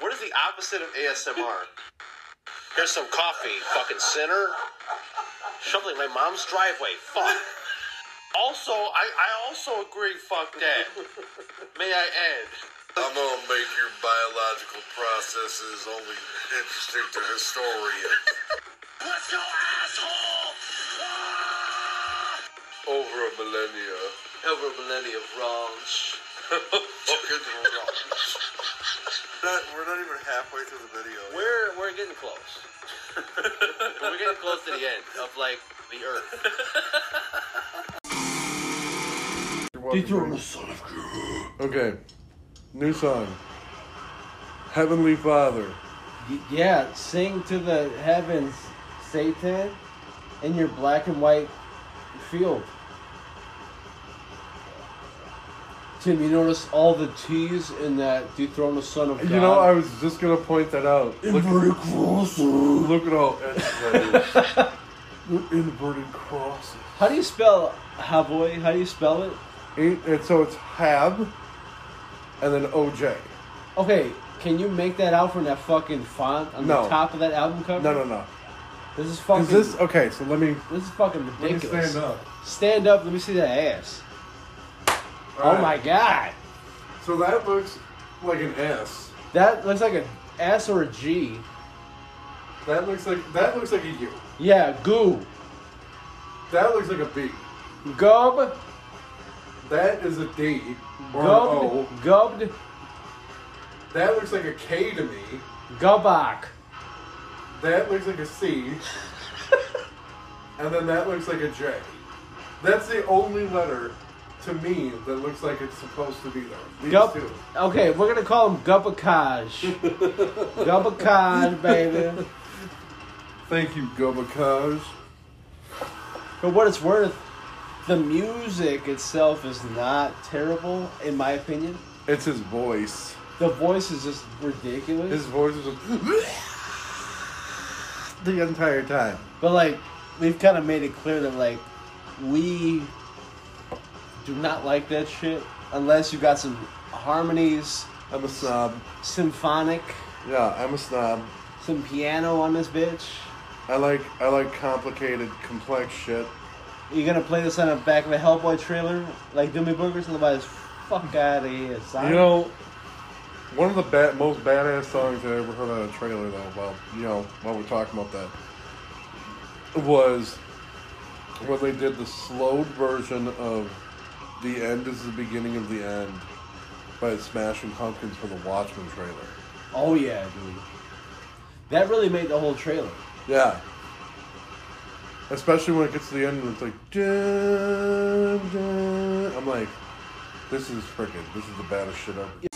What is the opposite of ASMR? Here's some coffee, fucking sinner. Shoveling my mom's driveway. Fuck. Also, I, I also agree, fuck that. May I add? I'm gonna make your biological processes only interesting to historians. Let's go, asshole! Over a millennia. Over a millennia of wrongs. Fucking wrong. Not, we're not even halfway through the video. yet. We're we're getting close. we're getting close to the end of like the earth. Okay. New song. Heavenly Father. Y- Yeah, sing to the heavens, Satan, in your black and white field. Tim, you notice all the T's in that Dethroned Son of God. You know, I was just gonna point that out. Look, Inverted crosses. look at all S's that is. The inverted crosses. How do you spell Havoy? How do you spell it? Ain't- and so it's Hab, and then OJ. Okay, can you make that out from that fucking font on No. the top of that album cover? No, no, no. This is fucking. Is this okay? So let me this is fucking let me ridiculous. stand up. Stand up. Let me see that ass. Oh Alright. my god. So that looks like an S. That looks like an S or a G. That looks like that looks like a U. Yeah, goo. That looks like a B. Gub. That is a D or an Gubbed. O. Gubbed. That looks like a K to me. Gubbach. That looks like a C. and then that looks like a J. That's the only letter to me that looks like it's supposed to be there. These Gub. two. Okay, we're gonna call him Gubbacage. Gubbacage, baby. Thank you, Gubakaj. For what it's worth, the music itself is not terrible, in my opinion. It's his voice. The voice is just ridiculous. His voice is just the entire time. But like, we've kind of made it clear that like, we do not like that shit unless you got some harmonies, I'm a snob. symphonic, Yeah, I'm a snob. some piano on this bitch. I like I like complicated, complex shit. You gonna play this on the back of a Hellboy trailer like Dummy Burgers? Otherwise, fuck out of here, son. You know, one of the ba- most badass songs I ever heard on a trailer, though, while you know while we're talking about that, was when they did the slowed version of "The End Is the Beginning of the End" by Smashing Pumpkins for the Watchmen trailer. Oh yeah, dude. That really made the whole trailer. Yeah. Especially when it gets to the end and it's like, dun, dun. I'm like, this is freaking, this is the baddest shit ever.